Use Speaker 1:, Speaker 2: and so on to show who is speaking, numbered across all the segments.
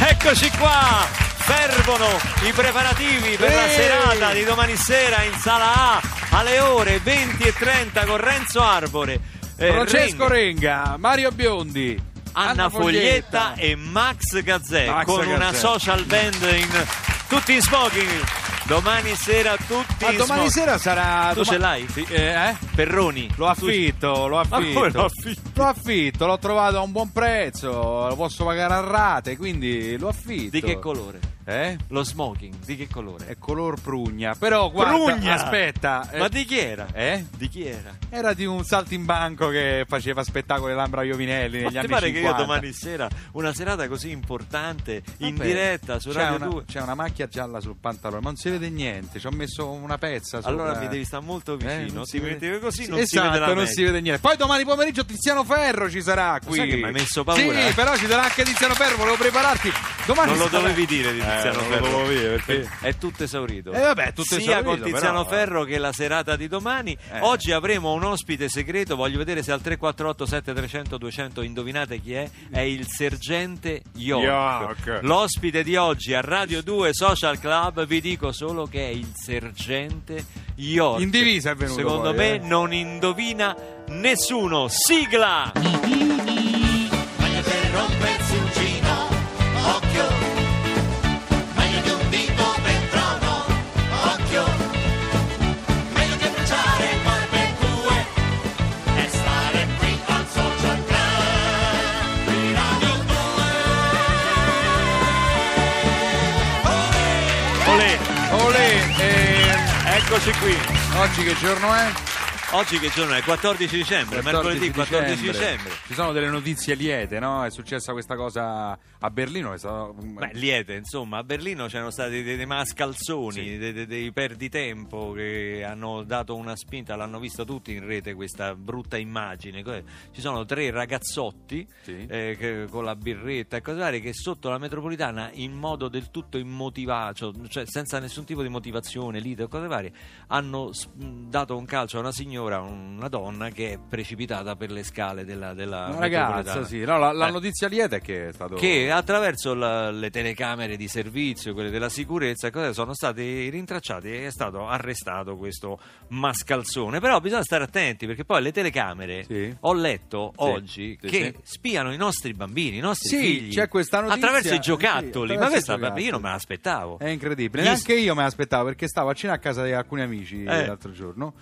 Speaker 1: Eccoci qua, fervono i preparativi per la
Speaker 2: Ehi!
Speaker 1: serata di domani sera in sala A alle ore 20 e 30 con Renzo Arbore, eh,
Speaker 2: Francesco
Speaker 1: Renga,
Speaker 2: Renga, Mario Biondi,
Speaker 1: Anna, Foglietta, e Max Gazzè
Speaker 2: Max
Speaker 1: con una
Speaker 2: Gazzè.
Speaker 1: social band in tutti in smoking. Domani sera tutti
Speaker 2: Ma
Speaker 1: in
Speaker 2: Ah, domani
Speaker 1: smoking.
Speaker 2: sera sarà.
Speaker 1: Tu
Speaker 2: doma-
Speaker 1: ce l'hai?
Speaker 2: Sì, eh, eh?
Speaker 1: Perroni.
Speaker 2: Lo affitto, lo
Speaker 1: Ma come Ah, lo
Speaker 2: affitto.
Speaker 1: affitti?
Speaker 2: Lo affitto, l'ho trovato a un buon prezzo, lo posso pagare a rate, quindi lo affitto.
Speaker 1: Di che colore?
Speaker 2: Eh?
Speaker 1: Lo smoking, di che colore?
Speaker 2: È color prugna, però Eh, guarda,
Speaker 1: Prugna!
Speaker 2: aspetta. eh,
Speaker 1: Ma di chi era?
Speaker 2: eh?
Speaker 1: Di chi era?
Speaker 2: Era di un saltimbanco che faceva spettacoli Lambra Iovinelli
Speaker 1: Ma
Speaker 2: negli
Speaker 1: ti
Speaker 2: anni 50.
Speaker 1: pare che io domani sera, una serata così importante, in
Speaker 2: Vabbè,
Speaker 1: diretta su
Speaker 2: Eh c'è
Speaker 1: Radio
Speaker 2: una,
Speaker 1: 2,
Speaker 2: C'è una macchia gialla sul pantalone, ma non si vede niente. Ci ho messo una pezza. Sopra.
Speaker 1: allora mi devi stare molto
Speaker 2: Eh,
Speaker 1: vicino,
Speaker 2: non
Speaker 1: ti
Speaker 2: si vede-
Speaker 1: metti così
Speaker 2: Sì,
Speaker 1: non si
Speaker 2: esatto,
Speaker 1: vede la
Speaker 2: non
Speaker 1: meglio.
Speaker 2: si vede niente. Poi domani pomeriggio Tiziano Ferro ci sarà qui.
Speaker 1: sai che mi hai messo paura?
Speaker 2: Sì, però ci sarà anche Tiziano Ferro, volevo prepararti. Domani
Speaker 1: Non lo
Speaker 2: si sarà-
Speaker 1: dovevi dire di
Speaker 2: Eh,
Speaker 1: Tiziano
Speaker 2: non lo
Speaker 1: Ferro.
Speaker 2: dovevo dire, perché-
Speaker 1: È tutto esaurito.
Speaker 2: Eh, vabbè, è tutto
Speaker 1: Sia
Speaker 2: esaurito,
Speaker 1: con Tiziano
Speaker 2: però, eh.
Speaker 1: Ferro che la serata di domani.
Speaker 2: Eh.
Speaker 1: Oggi avremo un ospite segreto. Voglio vedere se al 348 7300 200 indovinate chi è. È il sergente York.
Speaker 2: York.
Speaker 1: L'ospite di oggi a Radio 2 Social Club. Vi dico solo che è il sergente York.
Speaker 2: In divisa è venuto
Speaker 1: Secondo
Speaker 2: poi,
Speaker 1: me
Speaker 2: eh.
Speaker 1: non indovina nessuno. Sigla!
Speaker 3: Meglio per rompersi un cino, occhio. Meglio di un dito per trono, occhio. Meglio che bruciare barbecue e stare qui al social club di Radio 2.
Speaker 1: Olè,
Speaker 2: Olè, eh,
Speaker 1: eccoci qui.
Speaker 2: oggi che giorno è?
Speaker 1: Oggi che giorno è? 14 dicembre, mercoledì 14 dicembre.
Speaker 2: Ci sono delle notizie liete, no? È successa questa cosa a Berlino. È stato...
Speaker 1: Beh, liete, insomma, a Berlino c'erano stati dei, dei mascalzoni,
Speaker 2: Sì.
Speaker 1: dei, dei- dei perditempo che hanno dato una spinta, l'hanno vista tutti in rete questa brutta immagine. Que- Ci sono tre ragazzotti
Speaker 2: Sì.
Speaker 1: eh, che- con la birretta e cose varie che sotto la metropolitana in modo del tutto immotivato, cioè senza nessun tipo di motivazione, lite o cose varie, hanno s- mh, dato un calcio a una signora, una donna che è precipitata per le scale della, della
Speaker 2: Una
Speaker 1: metropolitana
Speaker 2: ragazza, sì. No, la, la
Speaker 1: Eh.
Speaker 2: notizia lieta è che è stato.
Speaker 1: che attraverso la- le telecamere di servizio, quelle della sicurezza, cosa sono stati rintracciati e è stato arrestato questo mascalzone. Però bisogna stare attenti perché poi le telecamere,
Speaker 2: Sì.
Speaker 1: ho letto
Speaker 2: Sì,
Speaker 1: oggi,
Speaker 2: sì,
Speaker 1: che
Speaker 2: sì.
Speaker 1: spiano i nostri bambini, i nostri
Speaker 2: Sì,
Speaker 1: figli,
Speaker 2: c'è questa notizia,
Speaker 1: attraverso i
Speaker 2: sì,
Speaker 1: giocattoli.
Speaker 2: attraverso
Speaker 1: Ma
Speaker 2: i
Speaker 1: questa,
Speaker 2: giocattoli.
Speaker 1: io non me l'aspettavo.
Speaker 2: È incredibile,
Speaker 1: Gli-
Speaker 2: neanche io me l'aspettavo perché stavo a cena a casa di alcuni amici
Speaker 1: Eh.
Speaker 2: l'altro giorno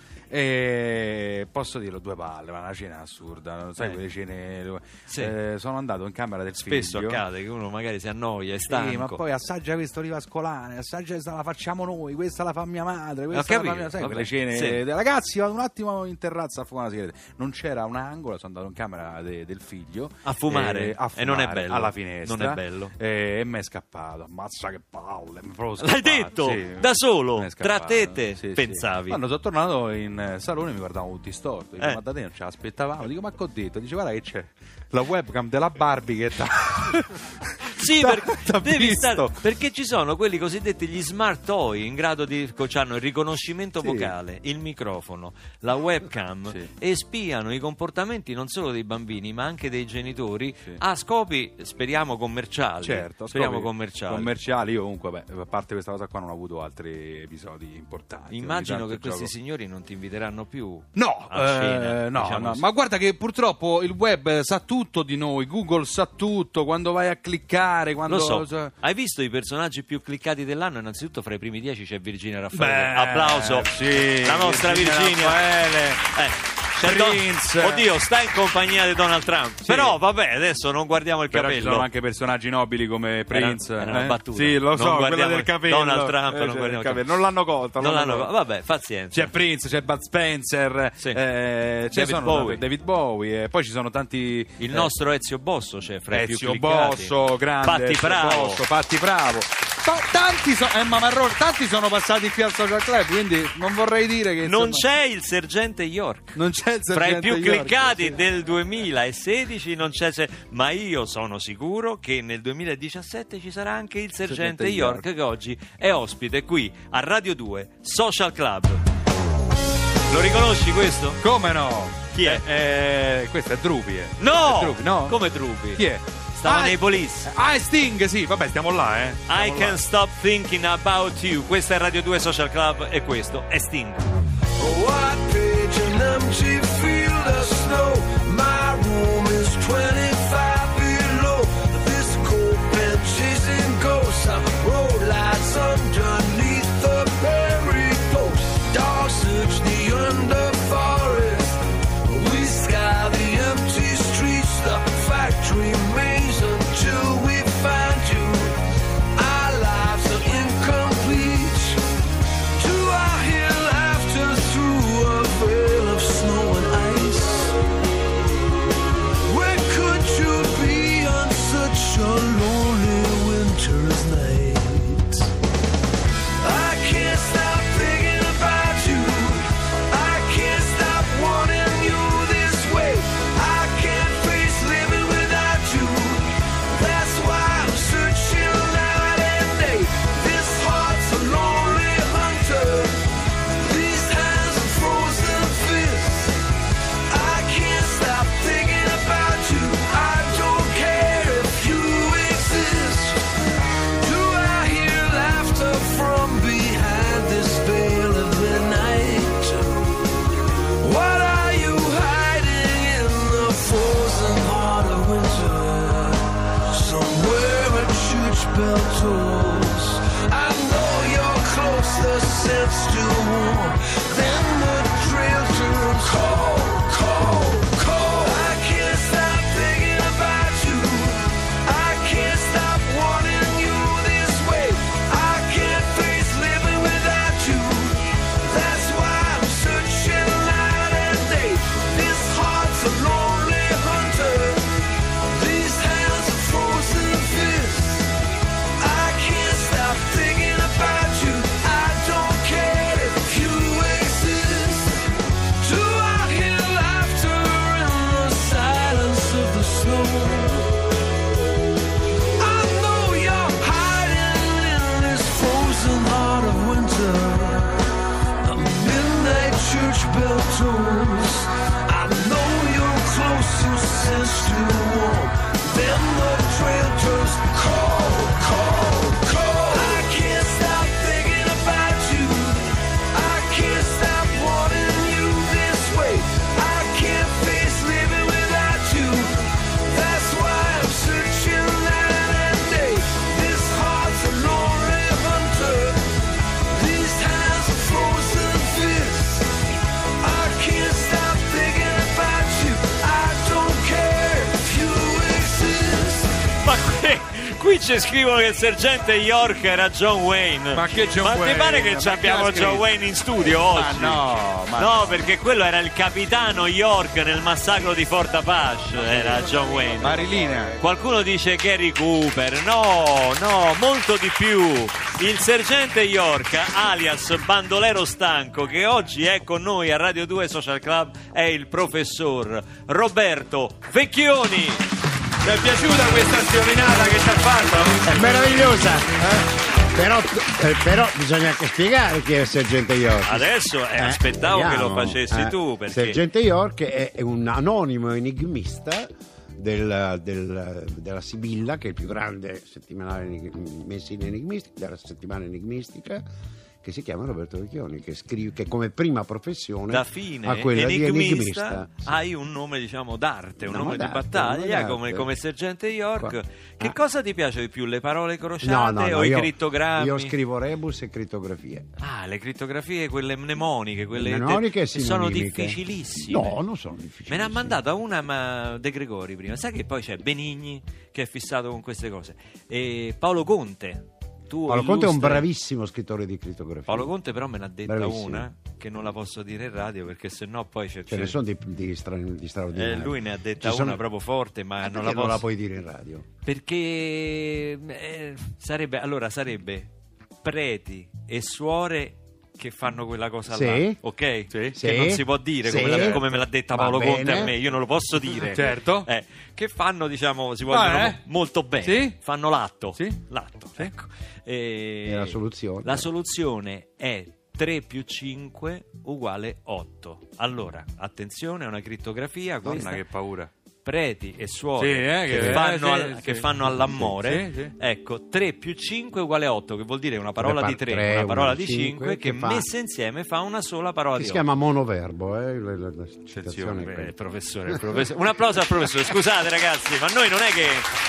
Speaker 2: e posso dirlo due palle, ma una cena assurda, non sai
Speaker 1: Eh.
Speaker 2: quelle cene... dove-
Speaker 1: Sì.
Speaker 2: Eh, sono andato in camera del
Speaker 1: Spesso
Speaker 2: figlio.
Speaker 1: accade che uno magari si annoia, è stanco.
Speaker 2: Sì, ma poi assaggia questo rivascolane, assaggia questa la facciamo noi, questa la fa mia madre, questa
Speaker 1: Ho
Speaker 2: la fa
Speaker 1: capito,
Speaker 2: mia... Sai,
Speaker 1: vabbè,
Speaker 2: quelle cene...
Speaker 1: sì.
Speaker 2: Ragazzi, vado un attimo in terrazza a fumare una sigaretta. Non c'era un angolo, sono andato in camera de- del figlio.
Speaker 1: A fumare.
Speaker 2: eh, a
Speaker 1: E non è
Speaker 2: fumare
Speaker 1: bello.
Speaker 2: Alla finestra.
Speaker 1: Non è bello.
Speaker 2: Eh, E mi è scappato, ammazza che palle. mi è proprio
Speaker 1: L'hai
Speaker 2: scappato,
Speaker 1: detto?
Speaker 2: sì.
Speaker 1: Da solo?
Speaker 2: Mi è scappato,
Speaker 1: Tra tete?
Speaker 2: sì, sì.
Speaker 1: Pensavi?
Speaker 2: Quando sono tornato in eh, salone mi guardavo un distorto, dico,
Speaker 1: Eh.
Speaker 2: ma da te non ce l'aspettavamo, dico ma che ho detto? Dice guarda che c'è la webcam della Barbie che sta...
Speaker 1: Sì,
Speaker 2: T'ha-
Speaker 1: perché,
Speaker 2: t'ha
Speaker 1: devi
Speaker 2: visto. Certo,
Speaker 1: stare- perché ci sono quelli cosiddetti gli smart toy in grado di hanno il riconoscimento
Speaker 2: Sì.
Speaker 1: vocale, il microfono, la webcam
Speaker 2: Sì.
Speaker 1: e spiano i comportamenti non solo dei bambini ma anche dei genitori
Speaker 2: Sì.
Speaker 1: a scopi speriamo commerciali.
Speaker 2: Certo,
Speaker 1: speriamo
Speaker 2: scopi
Speaker 1: commerciali.
Speaker 2: commerciali, io comunque, beh, a parte questa cosa qua non ho avuto altri episodi importanti.
Speaker 1: Immagino
Speaker 2: Ogni
Speaker 1: che
Speaker 2: tanto
Speaker 1: questi
Speaker 2: gioco-
Speaker 1: signori non ti inviteranno più.
Speaker 2: No,
Speaker 1: a cena,
Speaker 2: eh, no,
Speaker 1: diciamo
Speaker 2: no.
Speaker 1: sì.
Speaker 2: ma guarda che purtroppo il web eh, sa tutto di noi, Google sa tutto, quando vai a cliccare, quando...
Speaker 1: Lo so,
Speaker 2: cioè-
Speaker 1: hai visto i personaggi più cliccati dell'anno? Innanzitutto fra i primi dieci c'è Virginia Raffaele.
Speaker 2: Beh,
Speaker 1: Applauso,
Speaker 2: sì,
Speaker 1: la nostra
Speaker 2: Virginia
Speaker 1: Virginia.
Speaker 2: Raffaele.
Speaker 1: Eh, c'è Don-
Speaker 2: Prince.
Speaker 1: Oddio, sta in compagnia di Donald Trump.
Speaker 2: Sì.
Speaker 1: Però vabbè, adesso non guardiamo il
Speaker 2: Però ci sono
Speaker 1: capello.
Speaker 2: anche personaggi nobili come Prince.
Speaker 1: era una
Speaker 2: eh?
Speaker 1: battuta.
Speaker 2: Sì, lo
Speaker 1: Non
Speaker 2: so, quella
Speaker 1: guardiamo
Speaker 2: del
Speaker 1: il-
Speaker 2: capello.
Speaker 1: Donald Trump,
Speaker 2: Eh,
Speaker 1: non
Speaker 2: cioè, il
Speaker 1: guardiamo il
Speaker 2: capello.
Speaker 1: capello.
Speaker 2: Non l'hanno Cioè, colta.
Speaker 1: Non l'hanno-
Speaker 2: colta.
Speaker 1: Vabbè, pazienza.
Speaker 2: C'è Prince, c'è Bud Spencer,
Speaker 1: Sì.
Speaker 2: eh, c'è
Speaker 1: David
Speaker 2: sono-
Speaker 1: Bowie.
Speaker 2: David Bowie, eh, poi ci sono tanti...
Speaker 1: Il
Speaker 2: eh,
Speaker 1: nostro Ezio Bosso c'è fra i più
Speaker 2: Ezio
Speaker 1: cliccati.
Speaker 2: Bosso, grande
Speaker 1: Patti
Speaker 2: Ezio
Speaker 1: Bravo.
Speaker 2: Bosso, Patti Bravo. Ta- tanti, so- Emma Marrone, tanti sono passati qui al Social Club, quindi non vorrei dire che...
Speaker 1: Non
Speaker 2: insomma,
Speaker 1: c'è il sergente York.
Speaker 2: non c'è il
Speaker 1: Fra i
Speaker 2: sergente
Speaker 1: più
Speaker 2: York,
Speaker 1: cliccati
Speaker 2: sì.
Speaker 1: del 2016 non c'è, se- ma io sono sicuro che nel 2017 ci sarà anche il sergente
Speaker 2: Sergente
Speaker 1: York,
Speaker 2: York.
Speaker 1: che oggi è ospite qui a Radio 2 Social Club. Lo riconosci questo?
Speaker 2: Come no?
Speaker 1: Chi è?
Speaker 2: Eh, eh, questo è Drupi. eh.
Speaker 1: No!
Speaker 2: È Drupi, no?
Speaker 1: Come Drupi?
Speaker 2: Chi è?
Speaker 1: Stava
Speaker 2: Ah,
Speaker 1: nei police.
Speaker 2: Ah, è Sting, sì, vabbè, stiamo là, eh. Stiamo
Speaker 1: I
Speaker 2: là.
Speaker 1: can stop thinking about you. Questa è Radio 2 Social Club e questo è Sting.
Speaker 4: A white page, an empty field of snow. My room is 25 below. This cold pen chasing ghosts. I roll lights underneath the buried post. Dogs search the underforest. We sky the empty streets. The fact remains until we find you. Our lives are incomplete. Do I hear laughter through a veil of snow and ice? Where could you be on such a lonely winter's night? I can't stop thinking about you. I can't stop wanting you this way. I can't face living without you. That's why I'm searching night and day. This heart's a lonely hunter. These hands are frozen fists. I can't stop thinking about you. I don't care if you exist. Do I hear laughter from behind this veil of midnight? What are you hiding in the frozen heart of winter? Somewhere a church bell tolls. I know you're close, the scent's too warm. Then the drill turns cold, cold, cold. I can't stop thinking about you. I can't stop wanting you this way. I can't face living without you. That's why I'm searching night and day. This heart's a lonely hunter. These hands are frozen fists. I can't stop thinking about you. I don't care if you exist. Do I hear laughter in the silence of the snow? I know you're hiding in this frozen heart of winter. Midnight church bell tolls. I know you're close, your sense too warm. Then the trail turns cold, cold, cold. I can't stop thinking about you. I can't stop wanting you this way. I can't face living without you. That's why I'm searching night and day. This heart's a lonely hunter. These hands are frozen fists. I can't stop thinking about you. I don't care if you exist.
Speaker 1: Ma qui, qui ci scrivono che il sergente York era John Wayne.
Speaker 2: Ma che John
Speaker 1: Ma
Speaker 2: Wayne?
Speaker 1: ti pare
Speaker 2: Ma
Speaker 1: che
Speaker 2: chi
Speaker 1: ci abbiamo
Speaker 2: l'ha scritto?
Speaker 1: John Wayne in studio oggi?
Speaker 2: Ah, no, ma
Speaker 1: No, perché quello era il capitano York nel massacro di Fort Apache, era John Wayne.
Speaker 2: Marilina.
Speaker 1: Qualcuno dice Gary Cooper, no, no, molto di più. Il sergente York, alias Bandolero Stanco, che oggi è con noi a Radio 2 Social Club, è il professor Roberto Vecchioni.
Speaker 2: Ti è piaciuta questa stiolinata che ci ha fatto?
Speaker 5: È meravigliosa. Però, eh, però bisogna anche spiegare chi è il sergente York.
Speaker 1: Adesso eh,
Speaker 5: Eh,
Speaker 1: aspettavo che lo
Speaker 5: vediamo.
Speaker 1: facessi
Speaker 5: Eh,
Speaker 1: tu, perché
Speaker 5: Sergente York è è un anonimo enigmista del- del- della Sibilla, che è il più grande settimanale enig- mensile enigmistico, della settimana enigmistica, che si chiama Roberto Vecchioni, che, scrive, che come prima professione
Speaker 1: da fine
Speaker 5: ha eh, quella di
Speaker 1: enigmista Ah,
Speaker 5: enigmista. Sì.
Speaker 1: hai un nome diciamo d'arte, un
Speaker 5: No,
Speaker 1: nome di
Speaker 5: d'arte, nome
Speaker 1: battaglia
Speaker 5: d'arte.
Speaker 1: come, come sergente York.
Speaker 5: Qua.
Speaker 1: Che
Speaker 5: Ah.
Speaker 1: cosa ti piace di più, le parole crociate o i
Speaker 5: io-
Speaker 1: crittogrammi?
Speaker 5: Io scrivo rebus e crittografie.
Speaker 1: Ah, le crittografie, quelle mnemoniche, quelle
Speaker 5: Mnemoniche
Speaker 1: de- che
Speaker 5: e
Speaker 1: sono
Speaker 5: sinonimiche.
Speaker 1: difficilissime.
Speaker 5: No, non sono difficili.
Speaker 1: Me ne ha mandata una ma De Gregori prima. Sai che poi c'è Benigni che è fissato con queste cose. E Paolo Conte. Tu
Speaker 5: Paolo Conte è un
Speaker 1: illustri-
Speaker 5: bravissimo scrittore di crittografia.
Speaker 1: Paolo Conte però me ne ha detta
Speaker 5: Bravissimo.
Speaker 1: una che non la posso dire in radio perché sennò poi c'è...
Speaker 5: Ce
Speaker 1: c'è-
Speaker 5: ne sono di, di, stra- di straordinari.
Speaker 1: Eh, lui ne ha detta
Speaker 5: Ci sono-
Speaker 1: una proprio forte ma
Speaker 5: Eh,
Speaker 1: non la
Speaker 5: perché
Speaker 1: posso...
Speaker 5: puoi dire in radio.
Speaker 1: Perché eh, sarebbe... Allora sarebbe preti e suore che fanno quella cosa
Speaker 5: Sì.
Speaker 1: là, ok? Che
Speaker 5: Sì.
Speaker 1: non si può dire come,
Speaker 5: Sì.
Speaker 1: la- come me l'ha detta
Speaker 5: Va
Speaker 1: Paolo
Speaker 5: bene.
Speaker 1: Conte a me, io non lo posso dire.
Speaker 2: Certo.
Speaker 1: Eh, che fanno, diciamo, si vogliono
Speaker 2: Ah, eh?
Speaker 1: molto bene.
Speaker 2: Sì.
Speaker 1: Fanno l'atto.
Speaker 2: Sì.
Speaker 1: L'atto,
Speaker 2: Sì.
Speaker 1: ecco. E-
Speaker 5: E la soluzione?
Speaker 1: La soluzione è 3 più 5 uguale 8. Allora, attenzione, è una crittografia, questa
Speaker 2: Donna, che paura.
Speaker 1: preti e suore
Speaker 2: Sì, eh,
Speaker 1: che,
Speaker 2: che-
Speaker 1: fanno,
Speaker 2: eh, sì,
Speaker 1: al-
Speaker 2: sì.
Speaker 1: che fanno all'amore,
Speaker 2: Sì, sì.
Speaker 1: ecco, 3 più 5 uguale 8, che vuol dire una parola
Speaker 5: par-
Speaker 1: di 3,
Speaker 5: tre,
Speaker 1: una parola
Speaker 5: una
Speaker 1: di
Speaker 5: di cinque,
Speaker 1: 5, che,
Speaker 5: che fa-
Speaker 1: messa insieme fa una sola parola
Speaker 5: Si
Speaker 1: di 8.
Speaker 5: chiama monoverbo, eh, la, la- la citazione è
Speaker 1: Attenzione,
Speaker 5: quella.
Speaker 1: eh, professore, il professore. Un applauso al professore. Scusate, ragazzi, ma noi non è che,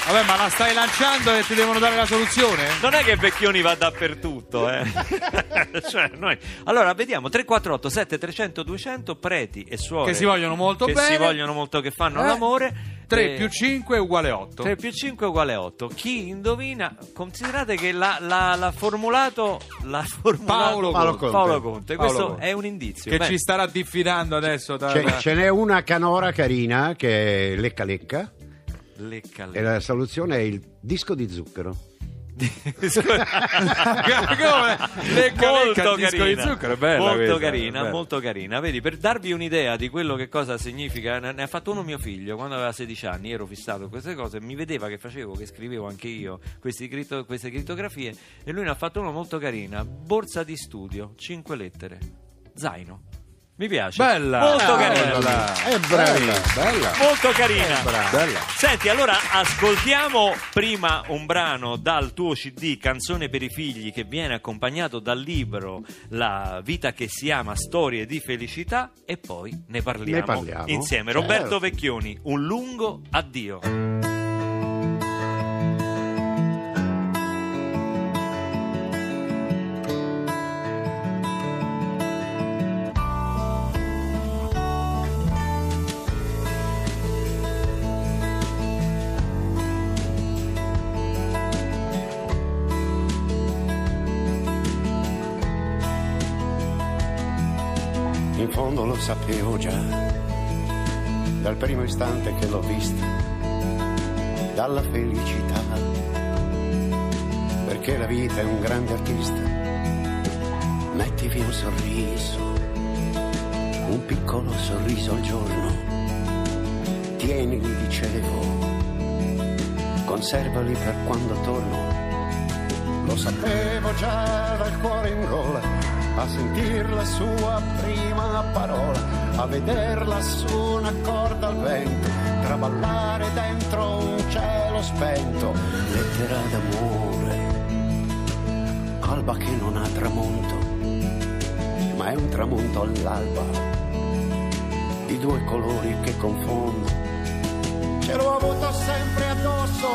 Speaker 2: Vabbè, ma la stai lanciando e ti devono dare la soluzione?
Speaker 1: non è che Vecchioni va dappertutto. eh. Cioè, noi- Allora, vediamo: 348 7300 200 preti e suore
Speaker 2: Che si vogliono molto
Speaker 1: che
Speaker 2: bene.
Speaker 1: si vogliono molto, che fanno
Speaker 2: Eh,
Speaker 1: l'amore.
Speaker 2: 3
Speaker 1: Eh,
Speaker 2: più 5 è uguale 8.
Speaker 1: 3 più 5 è uguale a 8. Chi indovina, considerate che l'ha, l'ha- l'ha formulato, l'ha formulato
Speaker 2: Paolo
Speaker 5: Conte.
Speaker 1: Paolo Conte.
Speaker 2: Paolo
Speaker 1: Questo
Speaker 2: Conte.
Speaker 1: è un indizio.
Speaker 2: Che
Speaker 1: Bene.
Speaker 2: ci starà diffidando adesso da...
Speaker 5: Ce,
Speaker 2: da-
Speaker 5: ce n'è una canora carina che è Lecca Lecca
Speaker 1: Lecca,
Speaker 5: e la soluzione è il disco di zucchero.
Speaker 2: Come? Lecca, lecca,
Speaker 1: molto
Speaker 2: il disco di
Speaker 1: carina,
Speaker 2: zucchero, è bella
Speaker 1: molto
Speaker 2: questa,
Speaker 1: carina,
Speaker 2: bella.
Speaker 1: molto carina. Vedi, per darvi un'idea di quello che cosa significa, ne ne ha fatto uno mio figlio quando aveva 16 anni, ero fissato con queste cose, mi vedeva che facevo, che scrivevo anche io questi critto- queste crittografie e lui ne ha fatto uno molto carina, borsa di studio, 5 lettere, zaino. Mi piace.
Speaker 2: Bella.
Speaker 1: Molto
Speaker 2: Bella.
Speaker 1: carina.
Speaker 5: È bella, bella. Eh,
Speaker 1: Molto carina.
Speaker 5: Bella.
Speaker 1: Senti, allora ascoltiamo prima un brano dal tuo CD Canzone per i figli che viene accompagnato dal libro La vita che si ama Storie di felicità e poi ne parliamo,
Speaker 5: Ne parliamo.
Speaker 1: insieme.
Speaker 5: Certo.
Speaker 1: Roberto Vecchioni, un lungo addio.
Speaker 5: In fondo lo sapevo già, dal primo istante che l'ho vista, dalla felicità, perché la vita è un grande artista. Metti via un sorriso, un piccolo sorriso al giorno, tienili, dicevo, conservali per quando torno. Lo sapevo già dal cuore in gola, a sentir la sua prima parola, a vederla su una corda al vento, traballare dentro un cielo spento, lettera d'amore, alba che non ha tramonto, ma è un tramonto all'alba, di due colori che confondo ce l'ho avuto sempre addosso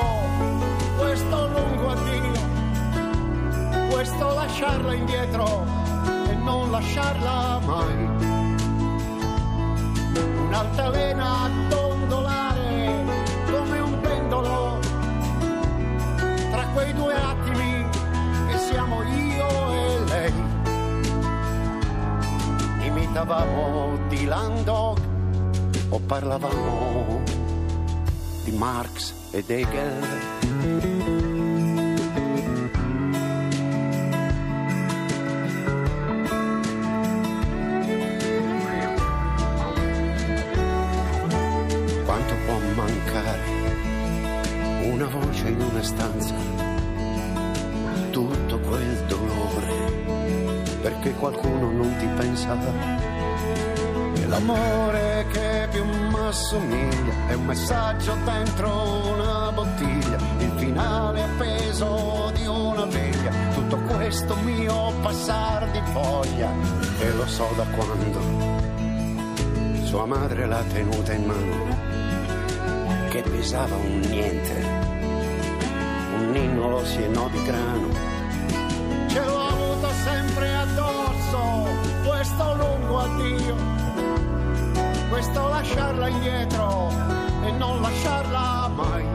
Speaker 5: questo lungo addio questo lasciarla indietro e non lasciarla mai un'altalena a dondolare come un pendolo tra quei due attimi che siamo io e lei imitavamo Dylan Dog o parlavamo di Marx ed Hegel. Quanto può mancare una voce in una stanza, tutto quel dolore, perché qualcuno non ti pensava. E l'amore che più mi assomiglia è un messaggio dentro una bottiglia, il finale appeso di una veglia, tutto questo mio passar di voglia, e lo so da quando sua madre l'ha tenuta in mano, che pesava un niente, un ninnolo sì e no di grano ce l'ho avuto sempre addosso questo lungo addio, questo lasciarla indietro e non lasciarla mai.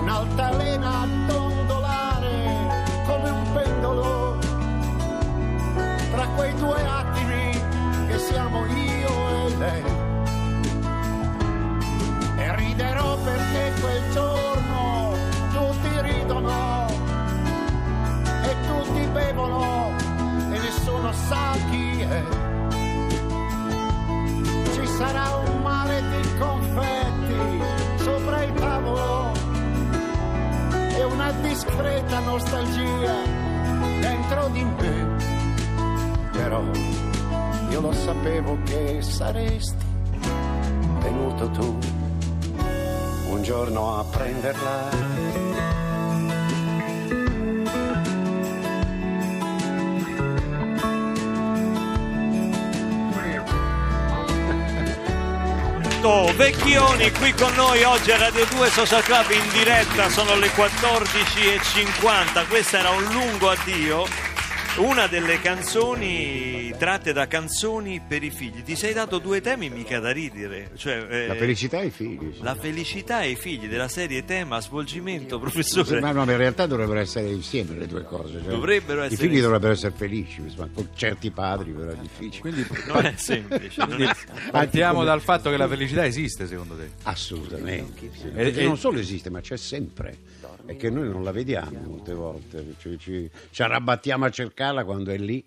Speaker 5: Un'altalena a dondolare come un pendolo tra quei due attimi che siamo io e lei e riderò perché quel giorno tutti ridono e tutti bevono e nessuno sa chi è. Ci sarà un mare di confetti sopra il tavolo e una discreta nostalgia dentro di me. Però io lo sapevo che saresti e
Speaker 6: venuto tu un giorno a prenderla.
Speaker 1: Roberto Vecchioni qui con noi oggi a Radio 2 Social Club in diretta, sono le 14.50, questo era un lungo addio, una delle canzoni tratte da canzoni per i figli, ti sei dato due temi mica da ridere, cioè, eh,
Speaker 5: La felicità ai figli. sì.
Speaker 1: la felicità e i figli della serie tema svolgimento
Speaker 5: Sì,
Speaker 1: professore.
Speaker 5: Ma no, ma in realtà dovrebbero essere insieme le due cose. cioè,
Speaker 1: Dovrebbero essere
Speaker 5: I figli
Speaker 1: insieme.
Speaker 5: dovrebbero essere felici, ma con certi padri però è difficile.
Speaker 2: Quindi
Speaker 1: Non è semplice, non è-
Speaker 2: partiamo dal fatto che la felicità esiste, secondo te.
Speaker 5: Assolutamente. sì. Perché
Speaker 2: e-
Speaker 5: non solo esiste, ma c'è sempre. E che noi non la vediamo molte volte. Cioè, ci, ci arrabattiamo a cercarla quando è lì.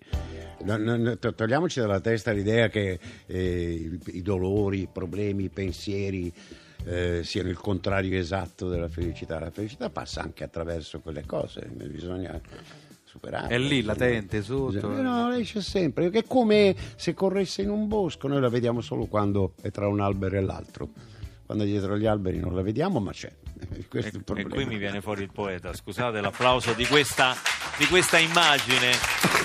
Speaker 5: No- no- no, to- togliamoci dalla testa l'idea che eh, i, i dolori, i problemi, i pensieri eh, siano il contrario esatto della felicità. La felicità passa anche attraverso quelle cose, bisogna superarla.
Speaker 2: È lì, latente,
Speaker 5: Bisogna-
Speaker 2: sotto.
Speaker 5: No, lei c'è sempre. È come se corresse in un bosco, noi la vediamo solo quando è tra un albero e l'altro. Quando è dietro gli alberi non la vediamo, ma c'è. Eh, Questo è il
Speaker 1: E
Speaker 5: problema.
Speaker 1: qui mi viene fuori il poeta, scusate l'applauso di questa, di questa immagine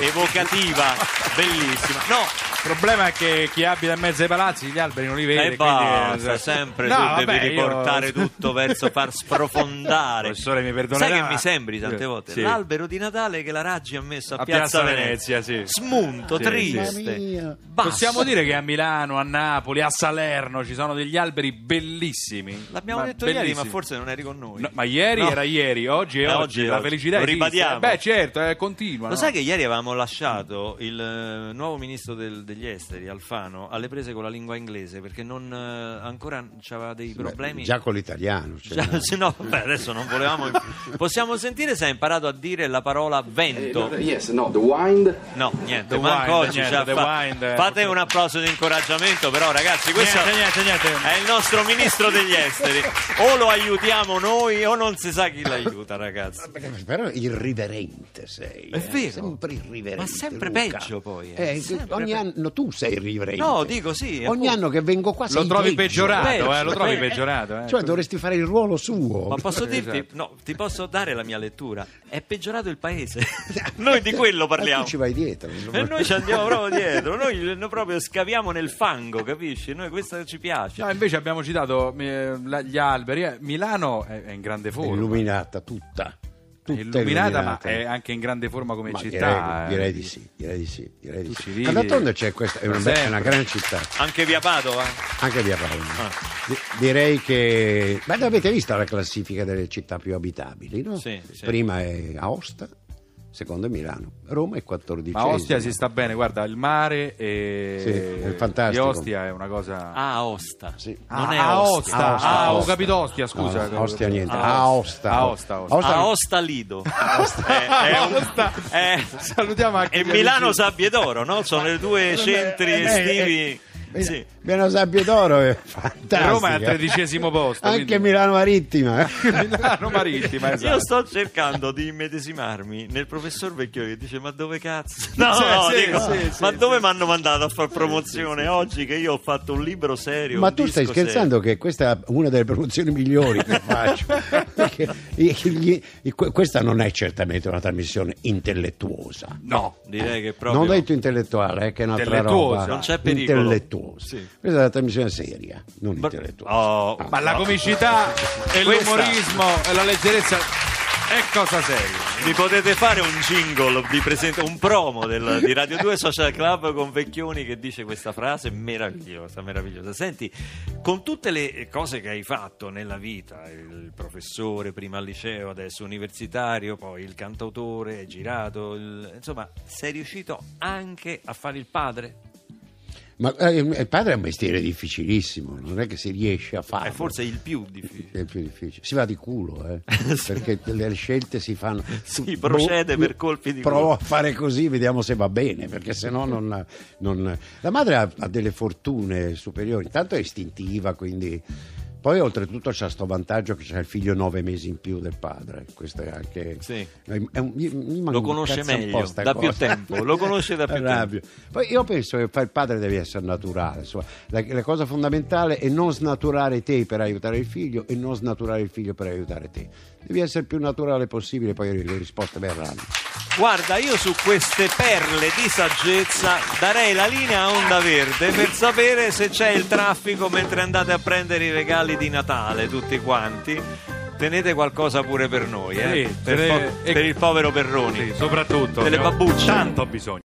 Speaker 1: evocativa, bellissima. No,
Speaker 2: Il problema è che chi abita in mezzo ai palazzi gli alberi non li vede.
Speaker 1: E
Speaker 2: quindi- eh,
Speaker 1: basta, sempre tu
Speaker 2: vabbè,
Speaker 1: devi
Speaker 2: io-
Speaker 1: riportare tutto verso far sprofondare.
Speaker 2: Professore, mi perdonerà. Eh,
Speaker 1: Sai che mi sembri tante volte?
Speaker 2: Sì.
Speaker 1: L'albero di Natale che la Raggi ha messo a,
Speaker 2: A Piazza
Speaker 1: Venezia.
Speaker 2: Venezia, sì.
Speaker 1: Smunto,
Speaker 2: Sì,
Speaker 1: triste.
Speaker 5: Mamma mia.
Speaker 1: Basta.
Speaker 2: Possiamo dire che a Milano, a Napoli, a Salerno ci sono degli alberi bellissimi.
Speaker 1: L'abbiamo
Speaker 2: Ma
Speaker 1: detto ieri,
Speaker 2: bellissimi.
Speaker 1: ma forse non eri con noi.
Speaker 2: No, ma ieri
Speaker 1: No.
Speaker 2: era ieri, oggi è
Speaker 1: Ma
Speaker 2: oggi,
Speaker 1: oggi è
Speaker 2: la
Speaker 1: oggi.
Speaker 2: felicità
Speaker 1: Lo
Speaker 2: esiste.
Speaker 1: ribadiamo.
Speaker 2: Beh, certo, eh, continua.
Speaker 1: Lo
Speaker 2: no?
Speaker 1: sai che ieri avevamo lasciato il eh, nuovo ministro del- degli esteri, Alfano, alle prese con la lingua inglese perché non, eh, ancora c'aveva dei
Speaker 5: Beh,
Speaker 1: problemi.
Speaker 5: Già con l'italiano. cioè,
Speaker 1: Già, se no, vabbè, adesso non volevamo. Possiamo sentire se ha imparato a dire la parola vento.
Speaker 7: Eh, Yes, no, the wind.
Speaker 1: No, niente,
Speaker 2: The
Speaker 1: manco
Speaker 2: Wind,
Speaker 1: oggi
Speaker 2: niente,
Speaker 1: ci ha
Speaker 2: The
Speaker 1: fa-
Speaker 2: Wind, eh,
Speaker 1: Fate un applauso di incoraggiamento, però, ragazzi, questo
Speaker 2: Niente, niente, niente.
Speaker 1: è il nostro ministro degli esteri. O lo aiutiamo noi, o non si sa chi l'aiuta, ragazzi.
Speaker 5: perché- Però irriverente sei.
Speaker 1: È
Speaker 5: eh,
Speaker 1: vero.
Speaker 5: Sempre irriverente.
Speaker 1: Ma sempre
Speaker 5: Luca.
Speaker 1: peggio, poi, eh,
Speaker 5: Eh,
Speaker 1: sempre
Speaker 5: ogni
Speaker 1: pe-
Speaker 5: anno tu sei irriverente.
Speaker 1: No, dico sì,
Speaker 5: Ogni
Speaker 1: appunto.
Speaker 5: anno che vengo qua sei
Speaker 2: Eh, Lo trovi
Speaker 5: peggio.
Speaker 2: peggiorato, eh,
Speaker 1: Peggio,
Speaker 2: lo trovi
Speaker 1: peggio.
Speaker 2: peggiorato. eh.
Speaker 5: Cioè dovresti fare il ruolo suo.
Speaker 1: Ma posso dirti,
Speaker 2: Esatto.
Speaker 1: no, ti posso dare la mia lettura. È peggiorato il paese. Noi di quello
Speaker 5: Ma
Speaker 1: parliamo.
Speaker 5: tu ci vai dietro. insomma.
Speaker 1: E noi ci andiamo proprio dietro, noi, noi proprio scaviamo nel fango, capisci? Noi questo ci piace.
Speaker 2: No, invece abbiamo citato eh, la- gli alberi. eh, Milano è, è in grande
Speaker 5: È
Speaker 2: forma.
Speaker 5: illuminata tutta.
Speaker 2: È
Speaker 5: Tutta
Speaker 2: illuminata, ma è anche in grande forma come
Speaker 5: Ma
Speaker 2: città.
Speaker 5: direi, direi
Speaker 2: eh.
Speaker 5: di sì, direi di sì, direi di
Speaker 2: Tu ci
Speaker 5: sì.
Speaker 2: vivi?
Speaker 5: Ma d'altronde c'è questa, è una, be- è una
Speaker 2: Sempre.
Speaker 5: gran città,
Speaker 1: Anche via Padova.
Speaker 5: anche via Paolo.
Speaker 2: Ah.
Speaker 5: Di- direi che... Ma avete visto la classifica delle città più abitabili, no?
Speaker 1: Sì, sì.
Speaker 5: Prima è Aosta, secondo è Milano, Roma è 14.
Speaker 2: Ma Ostia si sta bene, guarda, il mare e
Speaker 5: Sì, è fantastico.
Speaker 2: di Ostia è una cosa
Speaker 1: Ah, Osta.
Speaker 5: Sì.
Speaker 1: Non
Speaker 2: Ah,
Speaker 1: è
Speaker 2: ah,
Speaker 1: Ostia.
Speaker 2: Ostia.
Speaker 5: Aosta,
Speaker 2: Ah, ho
Speaker 5: Aosta.
Speaker 2: capito Ostia, scusa.
Speaker 5: Ostia niente,
Speaker 2: Aosta.
Speaker 5: Aosta.
Speaker 2: Ah, Aosta, Aosta.
Speaker 1: A Osta Lido. Eh, è un- eh,
Speaker 2: Salutiamo anche
Speaker 1: e
Speaker 2: gli
Speaker 1: Milano
Speaker 2: amici.
Speaker 1: Sabbiedoro, no? Sono i due centri
Speaker 5: eh, eh,
Speaker 1: estivi.
Speaker 5: Mil-
Speaker 1: Sì.
Speaker 5: Milano Sabbio d'Oro è fantastica.
Speaker 2: Roma è al tredicesimo posto.
Speaker 5: Anche
Speaker 2: quindi-
Speaker 5: Milano Marittima. eh.
Speaker 2: Milano Marittima, esatto.
Speaker 1: Io sto cercando di immedesimarmi nel professor Vecchioni che dice: Ma dove cazzo? No,
Speaker 2: Sì,
Speaker 1: no,
Speaker 2: sì,
Speaker 1: dico,
Speaker 2: sì, sì,
Speaker 1: ma
Speaker 2: sì.
Speaker 1: dove mi hanno mandato a far promozione oggi? Che io ho fatto un libro serio.
Speaker 5: Ma
Speaker 1: un
Speaker 5: tu stai
Speaker 1: disco serio.
Speaker 5: scherzando che questa è una delle promozioni migliori che faccio. Perché i- gli- i- que- questa non è certamente una trasmissione intellettuosa.
Speaker 2: No.
Speaker 1: Direi che proprio.
Speaker 5: Non ho detto intellettuale, eh, che è un'altra
Speaker 2: Intellettuosa.
Speaker 5: roba.
Speaker 1: Non c'è pericolo.
Speaker 5: Intellettuosa.
Speaker 1: Sì.
Speaker 5: Questa è una trasmissione seria, non
Speaker 1: Br-
Speaker 5: intellettuale.
Speaker 1: Oh,
Speaker 2: Ma la comicità e
Speaker 1: Questa-
Speaker 2: l'umorismo e la leggerezza è cosa seria.
Speaker 1: Mi potete fare un jingle di presenta- un promo del- di Radio 2 Social Club con Vecchioni che dice questa frase meravigliosa, meravigliosa. Senti, con tutte le cose che hai fatto nella vita, il professore prima al liceo, adesso universitario, poi il cantautore, hai girato, il- insomma, sei riuscito anche a fare il padre?
Speaker 5: Ma eh, il padre è un mestiere difficilissimo, non è che si riesce a
Speaker 1: È
Speaker 5: fare.
Speaker 1: Eh, forse il più difficile.
Speaker 5: è il più difficile. Si va di culo, eh, perché le scelte si fanno.
Speaker 1: Si
Speaker 5: Boh,
Speaker 1: procede
Speaker 5: io
Speaker 1: per colpi di
Speaker 5: Provo
Speaker 1: culo.
Speaker 5: a fare così, vediamo se va bene, perché se no non, non- La madre ha, ha delle fortune superiori, tanto è istintiva, quindi Poi oltretutto c'è sto vantaggio che c'è il figlio nove mesi in più del padre, questo è anche...
Speaker 1: Sì.
Speaker 5: Eh, è un- mi- mi manca
Speaker 1: Lo
Speaker 5: un
Speaker 1: conosce
Speaker 5: cazzo un
Speaker 1: meglio,
Speaker 5: po' sta
Speaker 1: da
Speaker 5: cosa.
Speaker 1: più tempo, lo conosce da più
Speaker 5: Arrabbio. Poi io penso che fa- il padre deve essere naturale, insomma, la, la cosa fondamentale è non snaturare te per aiutare il figlio e non snaturare il figlio per aiutare te. Devi essere il più naturale possibile, poi le risposte verranno.
Speaker 1: Guarda, io su queste perle di saggezza darei la linea a Onda Verde per sapere se c'è il traffico mentre andate a prendere i regali di Natale, tutti quanti. Tenete qualcosa pure per noi, eh?
Speaker 8: Sì,
Speaker 1: per,
Speaker 8: tre-
Speaker 1: po- per il povero Perroni.
Speaker 8: Sì, soprattutto.
Speaker 1: Delle
Speaker 8: abbiamo
Speaker 1: babbucce.
Speaker 8: Tanto bisogno.